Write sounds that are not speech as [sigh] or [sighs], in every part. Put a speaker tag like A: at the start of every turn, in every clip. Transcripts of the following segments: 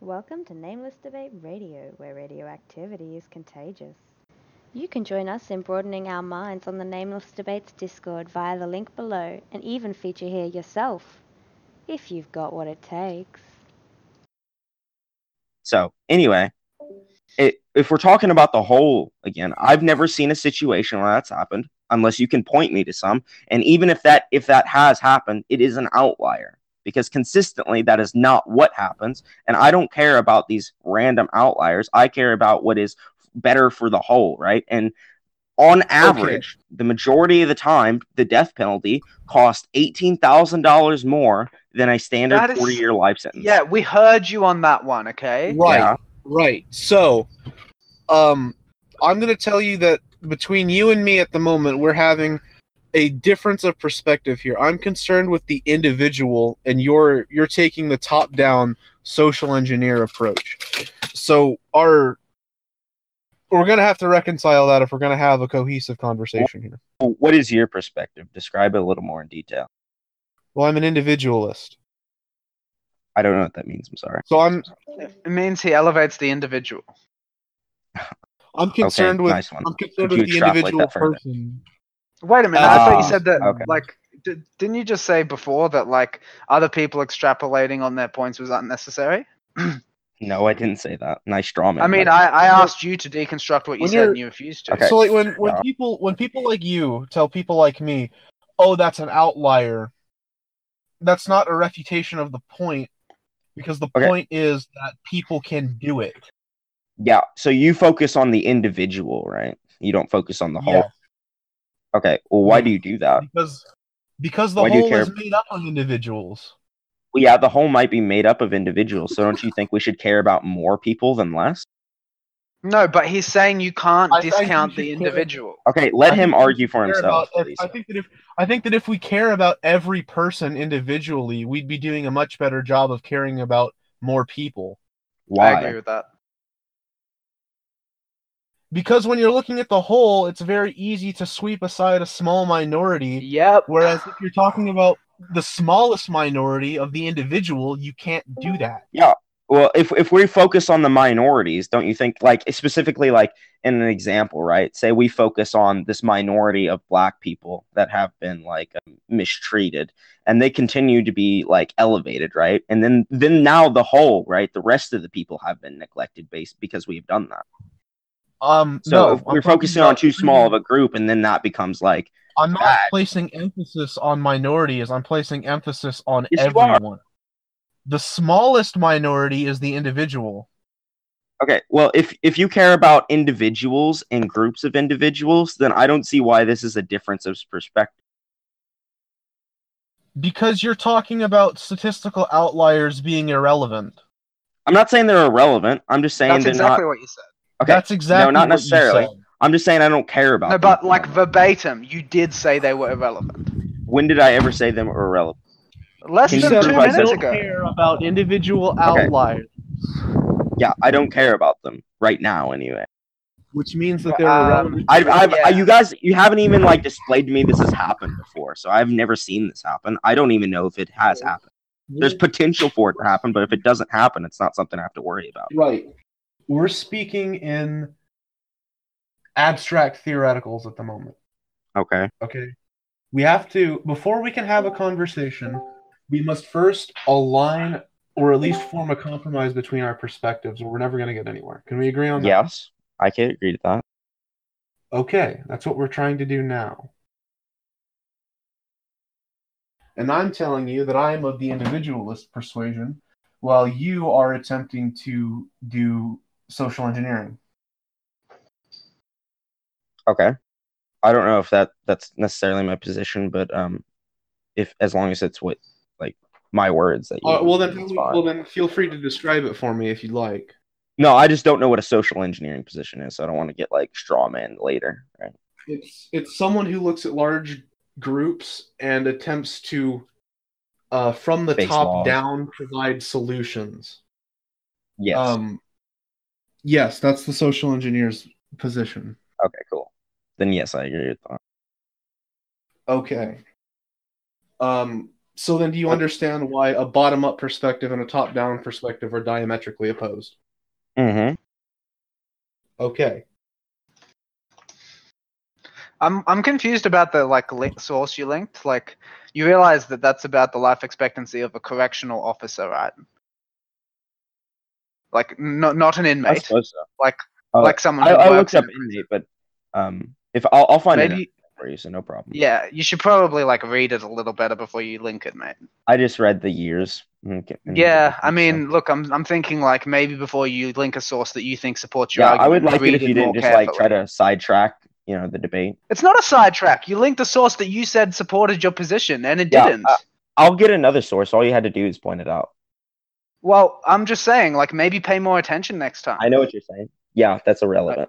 A: Welcome to Nameless Debate Radio, where radioactivity is contagious. You can join us in broadening our minds on the Nameless Debates Discord via the link below and even feature here yourself, if you've got what it takes.
B: So anyway, it, if we're talking about the whole again, I've never seen a situation where that's happened, unless you can point me to some. And even if that if that has happened, it is an outlier because consistently that is not what happens. And I don't care about these random outliers. I care about what is better for the whole, right? And on average, the majority of the time, the death penalty costs eighteen thousand dollars more than a
C: That
B: standard
C: is-
B: forty-year life sentence.
C: Yeah, we heard you on that one, okay?
D: Right,
B: Yeah.
D: right. So, um, I'm going to tell you that between you and me at the moment, we're having a difference of perspective here. I'm concerned with the individual, and you're you're taking the top-down social engineer approach. So, our we're going to have to reconcile that if we're going to have a cohesive conversation here.
B: What is your perspective? Describe it a little more in detail.
D: Well, I'm an individualist,
B: I don't know what that means. I'm sorry.
D: so I'm
C: It means he elevates the individual.
D: I'm concerned with
B: nice one.
D: I'm concerned
B: Could
D: with
B: you
D: the
B: extrapolate
D: individual
B: that further?
D: person.
C: Wait a minute, I thought you
B: Ah,
C: said that,
B: okay.
C: like, d- didn't you just say before that, like, other people extrapolating on their points was unnecessary?
B: No, I didn't say that. Nice drama.
C: I mean, I, I asked you to deconstruct what you
D: When
C: said
D: you're-
C: and you refused to.
B: Okay. Uh-huh.
D: So like when when
B: Yeah.
D: people when people like you tell people like me, "Oh, that's an outlier." That's not a refutation of the point because the
B: Okay.
D: point is that people can do it.
B: yeah. So you focus on the individual, right? You don't focus on the whole.
D: Yeah.
B: Okay. Well, why do you do that?
D: Because because the
B: Uh, Why do you
D: whole
B: care?
D: is made up of individuals.
B: Well, yeah, the whole might be made up of individuals. So don't you think we should care about more people than less?
C: No, but he's saying you can't
D: I think you
C: discount
D: should
C: the
D: put it-
C: individual.
B: Okay, let
D: I
B: him
D: think we
B: argue for
D: care
B: himself.
D: about-
B: please.
D: I think that if I think that if we care about every person individually, we'd be doing a much better job of caring about more people.
B: Why?
C: I agree with that.
D: Because when you're looking at the whole, it's very easy to sweep aside a small minority
C: Yep.
D: Whereas if you're talking about the smallest minority of the individual, you can't do
C: Mm-hmm.
D: that.
B: well if if we focus on the minorities don't you think like specifically like in an example right say we focus on this minority of black people that have been like um, mistreated and they continue to be like elevated right and then then now the whole right the rest of the people have been neglected based because we've done that
D: Um,
B: so
D: no,
B: if we're
D: I'm
B: focusing
D: talking
B: on
D: about-
B: too small of a group and then that becomes like
D: I'm not
B: bad.
D: placing emphasis on minorities. I'm placing emphasis on
B: Yes, you are.
D: everyone. The smallest minority is the individual.
B: okay well if if you care about individuals and groups of individuals then i don't see why this is a difference of perspective
D: Because you're talking about statistical outliers being irrelevant.
B: i'm not saying they're irrelevant i'm just saying
C: That's
B: they're not
C: exactly what you said.
B: Okay.
D: That's exactly
B: not
D: what you
B: necessarily.
D: said.
B: I'm just saying I don't care about
C: No,
B: them.
C: but like verbatim, you did say they were irrelevant.
B: when did I ever say them were irrelevant?
C: Less
B: Can
D: You
B: you
C: than
D: said
C: two
B: supervise
D: I
C: minutes
B: this?
D: don't
C: ago.
D: care about individual outliers,
B: Yeah, I don't care about them right now. Anyway,
D: which means that they're
C: Um,
D: irrelevant.
B: I, I've,
C: Yeah.
B: you guys, you haven't even like displayed to me this has happened before, so I've never seen this happen. I don't even know if it has happened. There's potential for it to happen, but if it doesn't happen, it's not something I have to worry about.
D: Right. We're speaking in abstract theoreticals at the moment.
B: Okay.
D: Okay. We have to, before we can have a conversation, we must first align or at least form a compromise between our perspectives, or we're never going to get anywhere. Can we agree on that?
B: Yes, I can agree to that.
D: Okay. That's what we're trying to do now. And I'm telling you that I'm of the individualist persuasion, while you are attempting to do social engineering.
B: Okay. I don't know if that that's necessarily my position, but um, if as long as it's what like my words that you.
D: Uh, well then,
B: use, it's fine.
D: well then, feel free to describe it for me if you'd like.
B: No, I just don't know what a social engineering position is. So I don't want to get like straw man later. Right?
D: It's it's someone who looks at large groups and attempts to, uh, from the
B: Face
D: top
B: laws.
D: down, provide solutions.
B: Yes.
D: Um, yes, that's the social engineer's position.
B: okay, cool. Then yes, I agree with that.
D: Okay. Um, So then, do
B: Oh.
D: you understand why a bottom-up perspective and a top-down perspective are diametrically opposed?
B: Mm-hmm.
D: Okay.
C: I'm I'm confused about the like link source you linked. Like you realize that that's about the life expectancy of a correctional officer, right? Like not not an
B: I
C: inmate,
B: suppose so. uh,
C: like someone.
B: I,
C: who
B: I
C: works
B: looked up
C: in-
B: inmate, but um, if I'll, I'll find it out
C: Maybe
B: for you, so no problem.
C: yeah, you should probably like read it a little better before you link it, mate.
B: I just read the years. and get- and
C: Yeah, I
B: so-
C: mean, look, I'm I'm thinking like maybe before you link a source that you think supports your
B: yeah,
C: argument,
B: I would like it
C: read
B: if you didn't
C: more
B: just like
C: carefully.
B: try to sidetrack, you know, the debate.
C: It's not a sidetrack. You linked a source that you said supported your position, and it
B: Yeah,
C: didn't.
B: uh, I'll get another source. All you had to do is point it out.
C: well, I'm just saying, like maybe pay more attention next time.
B: I know what you're saying. Yeah, that's irrelevant.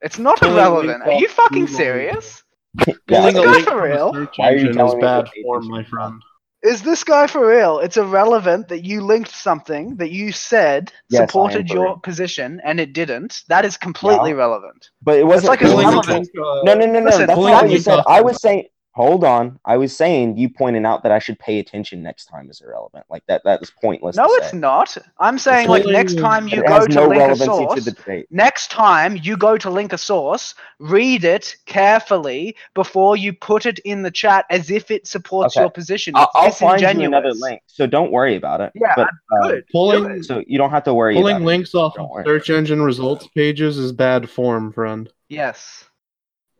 C: It's not
D: Pulling
C: irrelevant.
D: link
C: Are you
D: off
C: fucking
D: Google.
C: serious?
B: Yeah,
D: Pulling
C: This
D: a
C: guy
D: link
C: for
D: from a
C: real?
D: search
B: Why are you
D: engine
B: telling
D: is
B: me
D: bad
B: what they
D: form,
B: think
D: my
B: is
D: friend.
C: Is this guy for real? It's irrelevant that you linked something that you said
B: Yes, I am
C: supported
B: for
C: your
B: real.
C: position and it didn't. That is completely relevant.
B: But it wasn't.
C: like
B: it
C: a
B: wasn't
C: link-
B: trans-
D: uh,
B: no, no, no, no.
C: Listen,
B: that's
D: pulling
B: not
D: a
B: what you
D: link
B: said.
D: off-
B: I was saying. Hold on. I was saying you pointing out that I should pay attention next time is irrelevant. Like that. That is pointless.
C: No,
B: to
C: it's
B: say.
C: not. I'm saying like
D: totally
C: next
D: relevant.
C: time you
B: it
C: go
B: has
C: to
B: no
C: link a
B: relevancy to
C: source.
B: the debate.
C: Next time you go to link a source, read it carefully before you put it in the chat as if it supports
B: Okay.
C: your position.
B: I'll, I'll
C: It's
B: find you another
C: disingenuous.
B: link. So don't worry about it.
C: Yeah,
B: but, um,
C: Good. Do
D: Pulling
C: it.
B: So you don't have to worry.
D: pulling
B: about
D: links off
B: Don't
D: of
B: worry.
D: search engine results pages is bad form, friend.
C: Yes.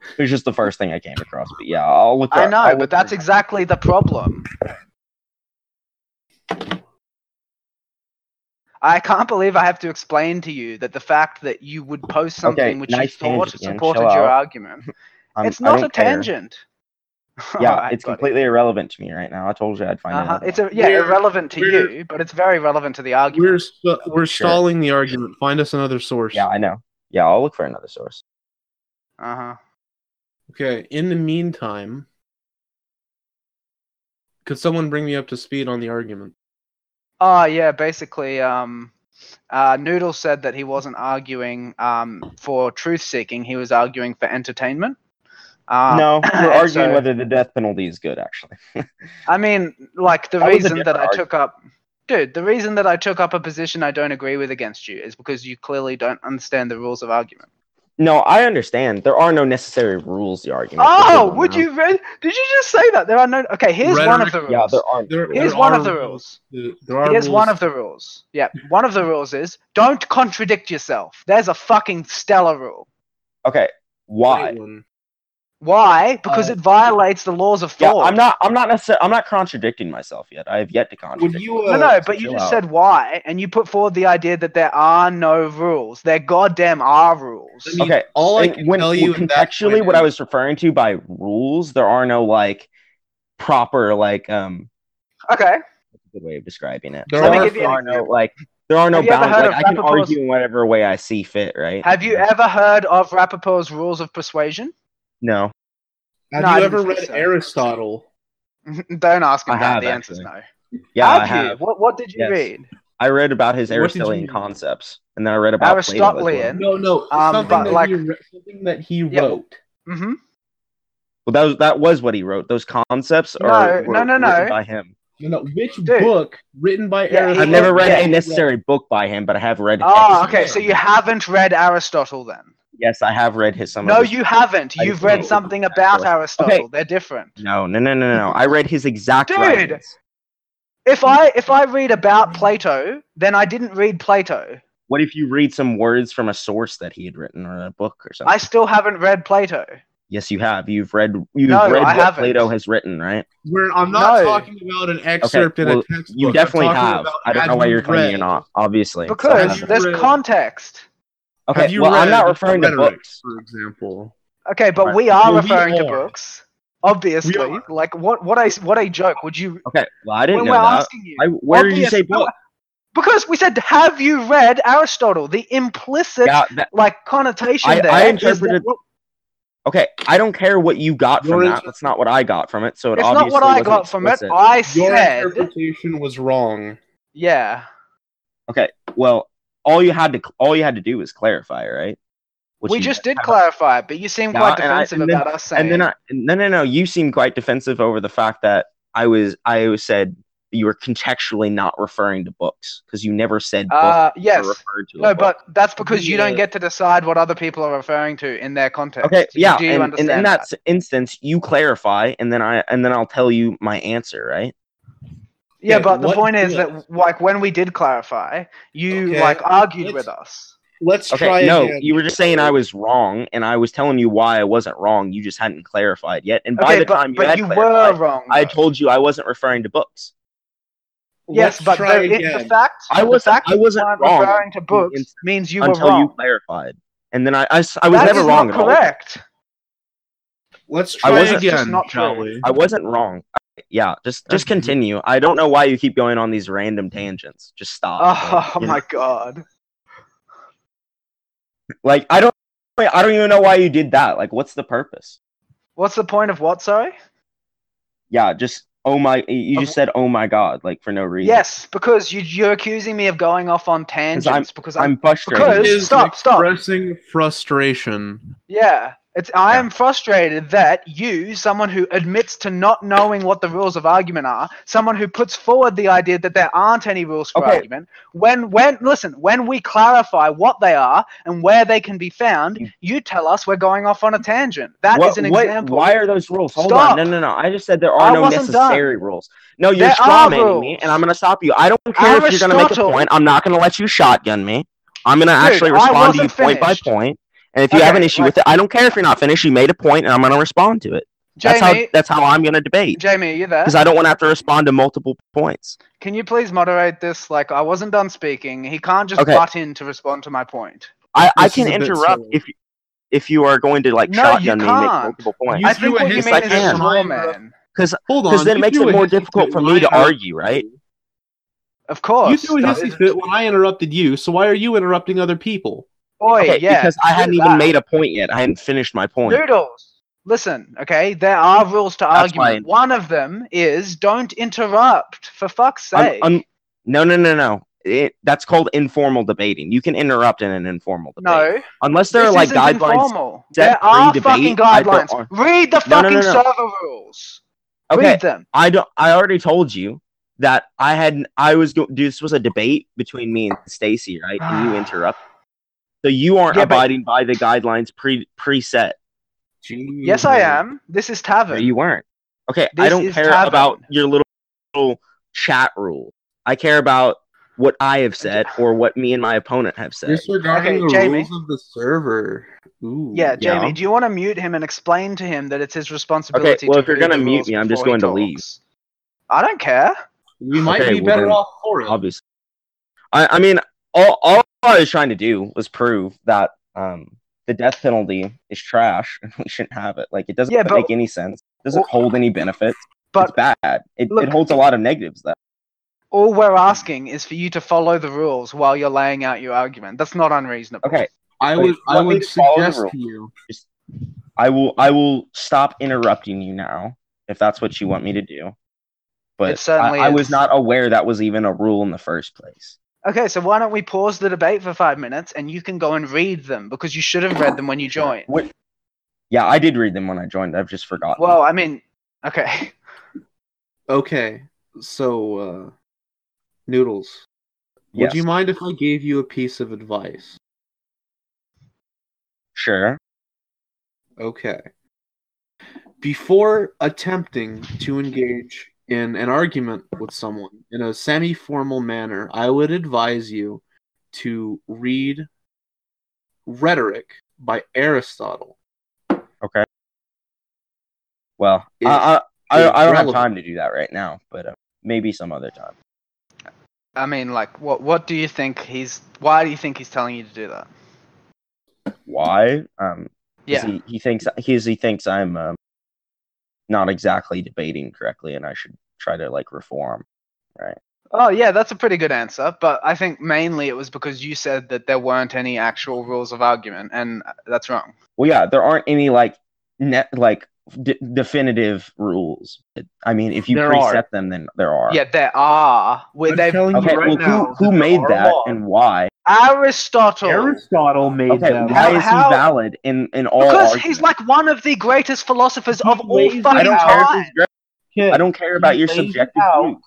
B: It. it was just the first thing I came across. But yeah, I'll look.
C: I
B: up-
C: know,
B: I'll
C: but
B: look
C: that's
B: up-
C: exactly the problem. I can't believe I have to explain to you that the fact that you would post something
B: Okay,
C: which
B: nice
C: you thought
B: tangent, Ian.
C: supported
B: Chill
C: your
B: out.
C: argument.
B: I'm-
C: it's
B: I
C: not a
B: don't care.
C: tangent. [laughs]
B: Yeah,
C: Alright,
B: it's
C: buddy.
B: completely irrelevant to me right now. I told you I'd find
C: Uh-huh.
B: out.
C: It's a, yeah,
D: We're-
C: irrelevant to
D: we're-
C: you, but it's very relevant to the
D: We're
C: argument.
D: st- we're stalling the argument. Find us another source.
B: yeah, I know. Yeah, I'll look for another source.
C: Uh huh.
D: Okay. In the meantime, could someone bring me up to speed on the argument?
C: Oh yeah, basically, um, uh, Noodle said that he wasn't arguing um, for truth seeking; he was arguing for entertainment. Um, [clears throat]
B: no, we're arguing
C: so-
B: whether the death penalty is good. Actually,
C: I mean, like the
B: That was a
C: reason that
B: different
C: I took up, dude, the reason that I took up a position I don't agree with against you is because you clearly don't understand the rules of argument.
B: no, I understand. There are no necessary rules. to The argument.
C: Oh,
B: There's
C: would
B: no-
C: you? Re- did you just say that there are no? Okay, here's one of the rules.
B: Yeah, there aren't.
D: There-
C: Here's
D: there
C: one
D: are
C: of the rules.
D: There there are
C: Here's
D: rules.
C: one of the rules. Yeah, one of the rules is don't contradict yourself. There's a fucking stellar rule.
B: Okay, why?
D: Great one.
C: Why? Because
D: Uh,
C: it violates the laws of
B: Yeah,
C: thought.
B: I'm not. I'm not necessarily. I'm not contradicting myself yet. I have yet to contradict.
D: Would you? Uh,
C: No, no, but you
B: chill
C: just
B: out.
C: said why, and you put forward the idea that there are no rules. There goddamn are rules.
D: I mean,
B: Okay,
D: All I
B: And
D: can
B: when,
D: tell you at that
B: contextually,
D: point
B: what I
D: is-
B: was referring to by rules, there are no like proper like um
C: Okay.
B: what's a good way of describing it.
D: There
B: There,
D: Let me
B: are,
D: give you
B: there
D: an
B: are no like there are no
C: Have you ever
B: bounds.
C: heard
B: Like
C: of
B: I can
C: Rappaport-
B: argue in whatever way I see fit, right?
C: Have you ever heard of Rappaport's rules of persuasion?
B: No,
D: Have
C: No, I
D: you
C: didn't
D: ever
C: think
D: read
C: so.
D: Aristotle?
C: [laughs] Don't ask him
B: I
C: that.
B: have,
C: the answer's no.
B: actually. yeah,
C: have
B: I
C: you?
B: have.
C: What, what did you
B: Yes.
C: read?
B: I read about his
D: What did you
B: Aristotelian
D: read?
B: concepts, and then I read about Plato as well.
C: Aristotelian?
D: No, no.
C: Um,
D: something,
C: but
D: that
C: like-
D: he, re- something that he
C: Yeah.
D: wrote.
C: Mm-hmm.
B: Well, that was that was what he wrote. Those concepts
C: No,
B: are were
C: no, no, no.
B: written by him.
D: No, no. Which
C: Dude.
D: book written by
C: Yeah, he-
D: Aristotle?
B: I've never read
C: Yeah.
B: a necessary book by him, but I have read.
C: Oh,
B: his-
C: okay. So you haven't read Aristotle then?
B: Yes, I have read his. Some
C: No,
B: of his
C: you haven't.
B: I
C: You've
B: don't
C: read
B: know.
C: something about Aristotle. They're different.
B: No, no, no, no, no. I read his exact
C: Dude!
B: writings.
C: If I if I read about Plato, then I didn't read Plato.
B: What if you read some words from a source that he had written or a book or something?
C: I still haven't read Plato.
B: yes, you have. You've read. You've
C: No,
B: read what
C: I haven't.
B: Plato has written, right?
D: We're, I'm not
C: No.
D: talking about an excerpt in
B: well,
D: a textbook.
B: You
D: I'm
B: definitely
D: talking
B: have.
D: about
B: I don't know
D: have
B: why
D: you
B: you're claiming
D: read-
B: you're not. Obviously, So I
C: Because
B: don't know.
C: there's
D: read-
C: context.
B: okay.
D: Have you
B: well, I'm
D: read
B: not referring to
D: rhetoric,
B: books.
D: for example.
C: Okay, but
B: Right.
C: we are
D: Well, we
C: referring to
D: are.
C: books, obviously.
D: We are.
C: Like what? What a what a joke! Would you?
B: Okay. Well, I
C: When
B: didn't
C: we're
B: know that.
C: asking you,
B: I, where did you
C: obvious-
B: say
C: no,
B: book?
C: Because we said, have you read Aristotle? The implicit
B: Yeah, that,
C: like connotation
B: I-
C: there.
B: I
C: is
B: interpreted-
C: that what-
B: okay. I don't care what you got from
D: Your
B: that.
D: inter-
B: That's not what I got from it. So it
C: it's not
B: obviously
C: what I
B: wasn't
C: got from it.
B: explicit.
C: I
D: Your
C: said,
D: interpretation was wrong.
C: yeah.
B: Well, all you had to all you had to do was clarify, right? Which
C: we
B: you
C: just did
B: haven't
C: clarify, but you seem
B: Yeah,
C: quite
B: and I-
C: defensive
B: and then-
C: about us saying.
B: And then I, no, no, no. You seem quite defensive over the fact that I was I said you were contextually not referring to books because you never said books
C: Uh,
B: or
C: yes.
B: referred to. a
C: No,
B: book.
C: but that's because you don't
D: Yeah.
C: get to decide what other people are referring to in their context.
B: okay, yeah,
C: Do you
B: and, and
C: understand
B: in that, s
C: that?
B: instance, you clarify, and then I and then I'll tell you my answer, right?
C: Yeah,
D: Okay,
C: but the
D: what
C: point is
D: books?
C: that, like, when we did clarify, you
D: Okay,
C: like argued
D: let's-
C: with us.
D: Let's
B: Okay,
D: try
B: no,
D: again.
B: you were just saying I was wrong, and I was telling you why I wasn't wrong. You just hadn't clarified yet, and by
C: okay,
B: the
C: but,
B: time you
C: but
B: had
C: you were
B: clarified,
C: wrong.
B: I
C: though.
B: told you I wasn't referring to books.
C: Yes,
D: Let's
C: but
D: try
C: the, it- the
D: again.
C: fact
B: I
C: the
B: wasn't.
C: fact
B: I wasn't
C: that you weren't
B: wrong
C: referring to books
B: instance
C: means you were
B: until
C: wrong.
B: you clarified, and then I I, s- I was
C: That
B: never
C: is
B: wrong
C: not
B: at all. [laughs]
C: correct.
D: Let's
B: I
D: try
B: wasn't-
D: again.
C: Just not
D: shall
C: true.
D: we?
B: I wasn't wrong. Yeah, just just
D: Okay.
B: continue. I don't know why you keep going on these random tangents. Just stop.
C: Oh [laughs]
B: Like, you
C: my
B: know,
C: god.
B: Like I don't wait, I don't even know why you did that. Like what's the purpose?
C: What's the point of what, sorry?
B: Yeah, just oh my you just
C: Of-
B: said oh my god like for no reason.
C: Yes, because you, you're accusing me of going off on tangents
B: I'm-
C: because I'm,
B: I'm frustrated.
D: It
C: Because-
D: is
C: Stop, stop.
D: Expressing frustration.
C: yeah. It's I am frustrated that you, someone who admits to not knowing what the rules of argument are, someone who puts forward the idea that there aren't any rules for
B: Okay.
C: argument, when when listen, when we clarify what they are and where they can be found, you tell us we're going off on a tangent. That is
B: Mm. What-
C: an
B: what-
C: example.
B: Why are those rules? Hold
C: Stop.
B: on. No, no, no. I just said there
C: I
B: are no
C: wasn't
B: necessary rules. No, you're
C: There are
B: straw manning me,
C: rules.
B: and I'm going to stop you. I don't care if you're going to make a
C: Aristotle-
B: point. I'm not going to let you shotgun me. I'm going to
C: Dude,
B: actually
C: I
B: respond to you
C: wasn't
B: point by
C: finished.
B: point. And if you
C: Okay,
B: have an issue with it, I don't care if you're not finished. You made a point, and I'm going to respond to it.
C: Jamie,
B: That's how that's how I'm going to debate
C: Jamie, are you there?
B: because I don't want to have to respond to multiple points.
C: Can you please moderate this? Like, I wasn't done speaking. He can't just
B: Okay.
C: butt in to respond to my point.
B: I, I
D: This
B: can
D: is a bit
B: interrupt
D: silly.
B: if if you are going to like
C: No,
B: shotgun
C: you
B: me and make
C: can't.
B: multiple points.
D: You
C: I
D: threw
C: think
D: a
C: what you
D: hiss
C: mean
B: like
C: is
B: that.
C: a straw man.
D: Hold on.
B: Because then it
D: you
B: makes
D: threw
B: it
D: a
B: more
D: hissy
B: difficult
D: fit
B: for
D: when
B: me to
D: I interrupt-
B: argue, right?
C: Of course.
D: You threw a
C: that
D: hissy
C: is-
D: fit when I interrupted you, so why are you interrupting other people?
C: Oi,
B: Okay,
C: yeah.
B: because I
C: do
B: hadn't
C: that.
B: even made a point yet. I hadn't finished my point.
C: Noodles. Listen, okay, there are rules to
B: That's
C: argument.
B: fine.
C: One of them is don't interrupt, for fuck's
B: I'm-
C: sake.
B: I'm- no, no, no, no. It, that's called informal debating. You can interrupt in an informal debate.
C: no,
B: unless there
C: this
B: are like
C: isn't
B: guidelines.
C: informal.
B: set
C: There are
B: pre-debate.
C: fucking
B: I don't
C: guidelines.
B: ar-
C: Read the
B: No, no,
C: fucking
B: no, no.
C: server rules.
B: Okay,
C: Read them.
B: I don't. I already told you that I had. I was. Go- dude, this was a debate between me and Stacy, right?
C: [sighs]
B: And you interrupt. So you aren't
C: Yeah, but-
B: abiding by the guidelines pre preset.
C: Yes, I am. This is
B: No,
C: Tavern.
B: Hmm. you weren't. Okay, I
C: This
B: don't
C: is
B: care
C: tavern.
B: about your little, little chat rule. I care about what I have said or what me and my opponent have said.
D: Disregarding
C: Okay,
D: the
C: Jamie.
D: rules of the server. Ooh.
C: Yeah, Jamie,
B: Yeah.
C: do you want to mute him and explain to him that it's his responsibility?
B: Okay, well,
C: to
B: if you're
C: read the
B: gonna mute
C: rules
B: me, I'm just
C: before he
B: going to leave.
C: talks? I don't care.
D: We might
B: Okay,
D: be
B: well
D: better
B: then,
D: off for it.
B: obviously. I, I mean, all, all I was trying to do was prove that um, the death penalty is trash and we shouldn't have it. Like, it doesn't
C: Yeah, but-
B: make any sense. It doesn't
C: Well-
B: hold any benefits.
C: But-
B: it's bad. It,
C: look-
B: it holds a lot of negatives, though.
C: All we're asking is for you to follow the rules while you're laying out your argument. That's not unreasonable.
B: Okay,
D: I
B: Wait,
D: would I
B: let me
D: would
B: follow the
D: suggest
B: rule.
D: to you.
B: I will. I will stop interrupting you now if that's what you want me to do. But
C: It certainly
B: I, I was
C: is.
B: not aware that was even a rule in the first place.
C: Okay, so why don't we pause the debate for five minutes and you can go and read them because you should have read them when you joined.
B: What? Yeah, I did read them when I joined. I've just forgotten.
C: Well, I mean, okay. [laughs]
D: Okay. So uh Noodles.
B: yes,
D: Would you mind if I gave you a piece of advice?
B: sure.
D: Okay. Before attempting to engage in an argument with someone in a semi formal manner, I would advise you to read Rhetoric by Aristotle.
B: Well,
D: It's-
B: I, I, I,
D: it's
B: I don't have
D: relevant.
B: time to do that right now, but uh, maybe some other time.
C: I mean, like, what what do you think he's? Why do you think he's telling you to do that?
B: Why? Um, 'cause
C: Yeah.
B: he, he thinks he, he thinks I'm um, not exactly debating correctly, and I should try to like reform.
C: Oh yeah, that's a pretty good answer, but I think mainly it was because you said that there weren't any actual rules of argument, and uh, that's wrong.
B: Well, yeah, there aren't any like net like d- definitive rules. I mean, if you
C: There
B: preset
C: are.
B: them, then there are.
C: Yeah, there are. Where
D: I'm
C: they've
D: telling you
B: Okay.
D: right
B: well,
D: now
B: who who
D: there
B: made
D: are
B: that
D: laws.
B: and why?
C: Aristotle,
D: Aristotle made
B: Okay.
D: them.
B: Why is
C: How-
B: he valid in in all?
C: because
B: arguments?
C: he's like one of the greatest philosophers of all
D: Ways
C: fucking
B: I don't care if
C: time.
B: he's great.
D: Okay.
B: I don't care about your
D: Lays
B: subjective
D: out-
B: view.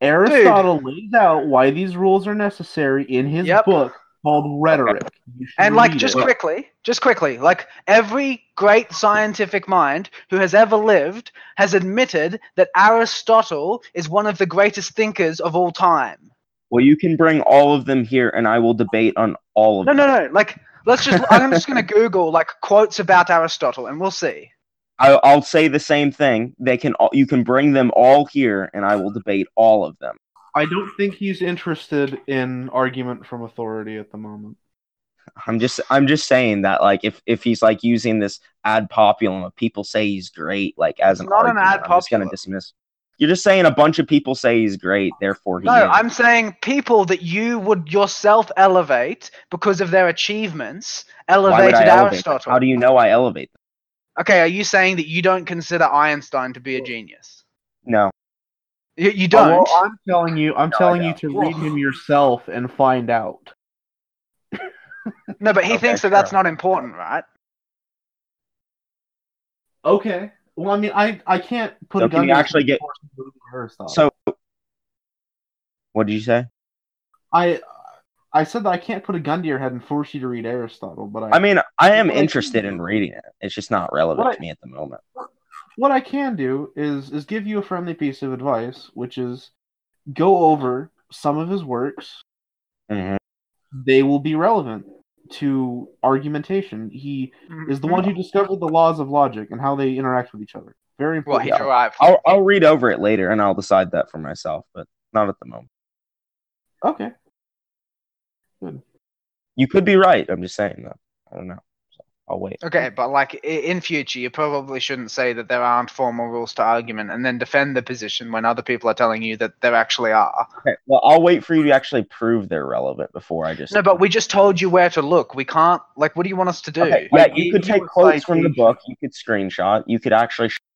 D: Aristotle lays out why these rules are necessary in his
C: Yep.
D: book called Rhetoric. You should
C: And like
D: read
C: just
D: it.
C: quickly, just quickly, like every great scientific mind who has ever lived has admitted that Aristotle is one of the greatest thinkers of all time.
B: Well, you can bring all of them here, and I will debate on all of
C: No,
B: them.
C: no, no. Like let's just I'm
B: [laughs]
C: just going to google like quotes about Aristotle and we'll see.
B: I, I'll say the same thing. They can all, you can bring them all here, and I will debate all of them.
D: I don't think he's interested in argument from authority at the moment.
B: I'm just I'm just saying that like if if he's like using this ad populum of people say he's great like as
C: It's
B: an
C: not an
B: argument,
C: ad
B: I'm just gonna
C: populum.
B: dismiss. You're just saying a bunch of people say he's great, therefore he
C: No,
B: is.
C: I'm saying people that you would yourself elevate because of their achievements
B: Why would
C: elevated
B: I elevate them?
C: Aristotle.
B: How do you know I elevate them?
C: okay, are you saying that you don't consider Einstein to be a genius?
B: No.
C: You, you
D: Oh,
C: don't.
D: well, I'm telling you, I'm
B: No, I
D: telling you to
C: don't.
D: read him yourself and find out.
C: No, but he
B: Okay,
C: thinks that that's
B: sure.
C: not important, right?
D: Okay. Well, I mean, I I can't put
B: So
D: a
B: can
D: gun.
B: you
D: to his
B: actually
D: head
B: get-
D: and force him to believe in Aristotle.
B: So what did you say?
D: I I said that I can't put a gun to your head and force you to read Aristotle, but I,
B: I mean, I am
D: Well, I
B: interested
D: think-
B: in reading it. It's just not relevant
D: What?
B: to me at the moment.
D: what I can do is is give you a friendly piece of advice, which is go over some of his works.
B: Mhm.
D: They will be relevant to argumentation. He is the one
C: Mm-hmm.
D: who discovered the laws of logic and how they interact with each other. Very
C: Well,
D: important.
C: Mm-hmm. he
B: Yeah.
C: derived.
B: I'll I'll read over it later and I'll decide that for myself, but not at the moment.
D: Okay.
B: You could be right. I'm just saying that. I don't know. So I'll wait.
C: Okay, but like i- in future, you probably shouldn't say that there aren't formal rules to argument, and then defend the position when other people are telling you that there actually are.
B: Okay, well, I'll wait for you to actually prove they're relevant before I just.
C: No, but we just told you where to look. We can't. Like, what do you want us to do?
B: Okay,
D: I
B: yeah,
D: gave
B: you could
D: you
B: take
D: a
B: quotes from the
D: citation.
B: book. You could screenshot. You could actually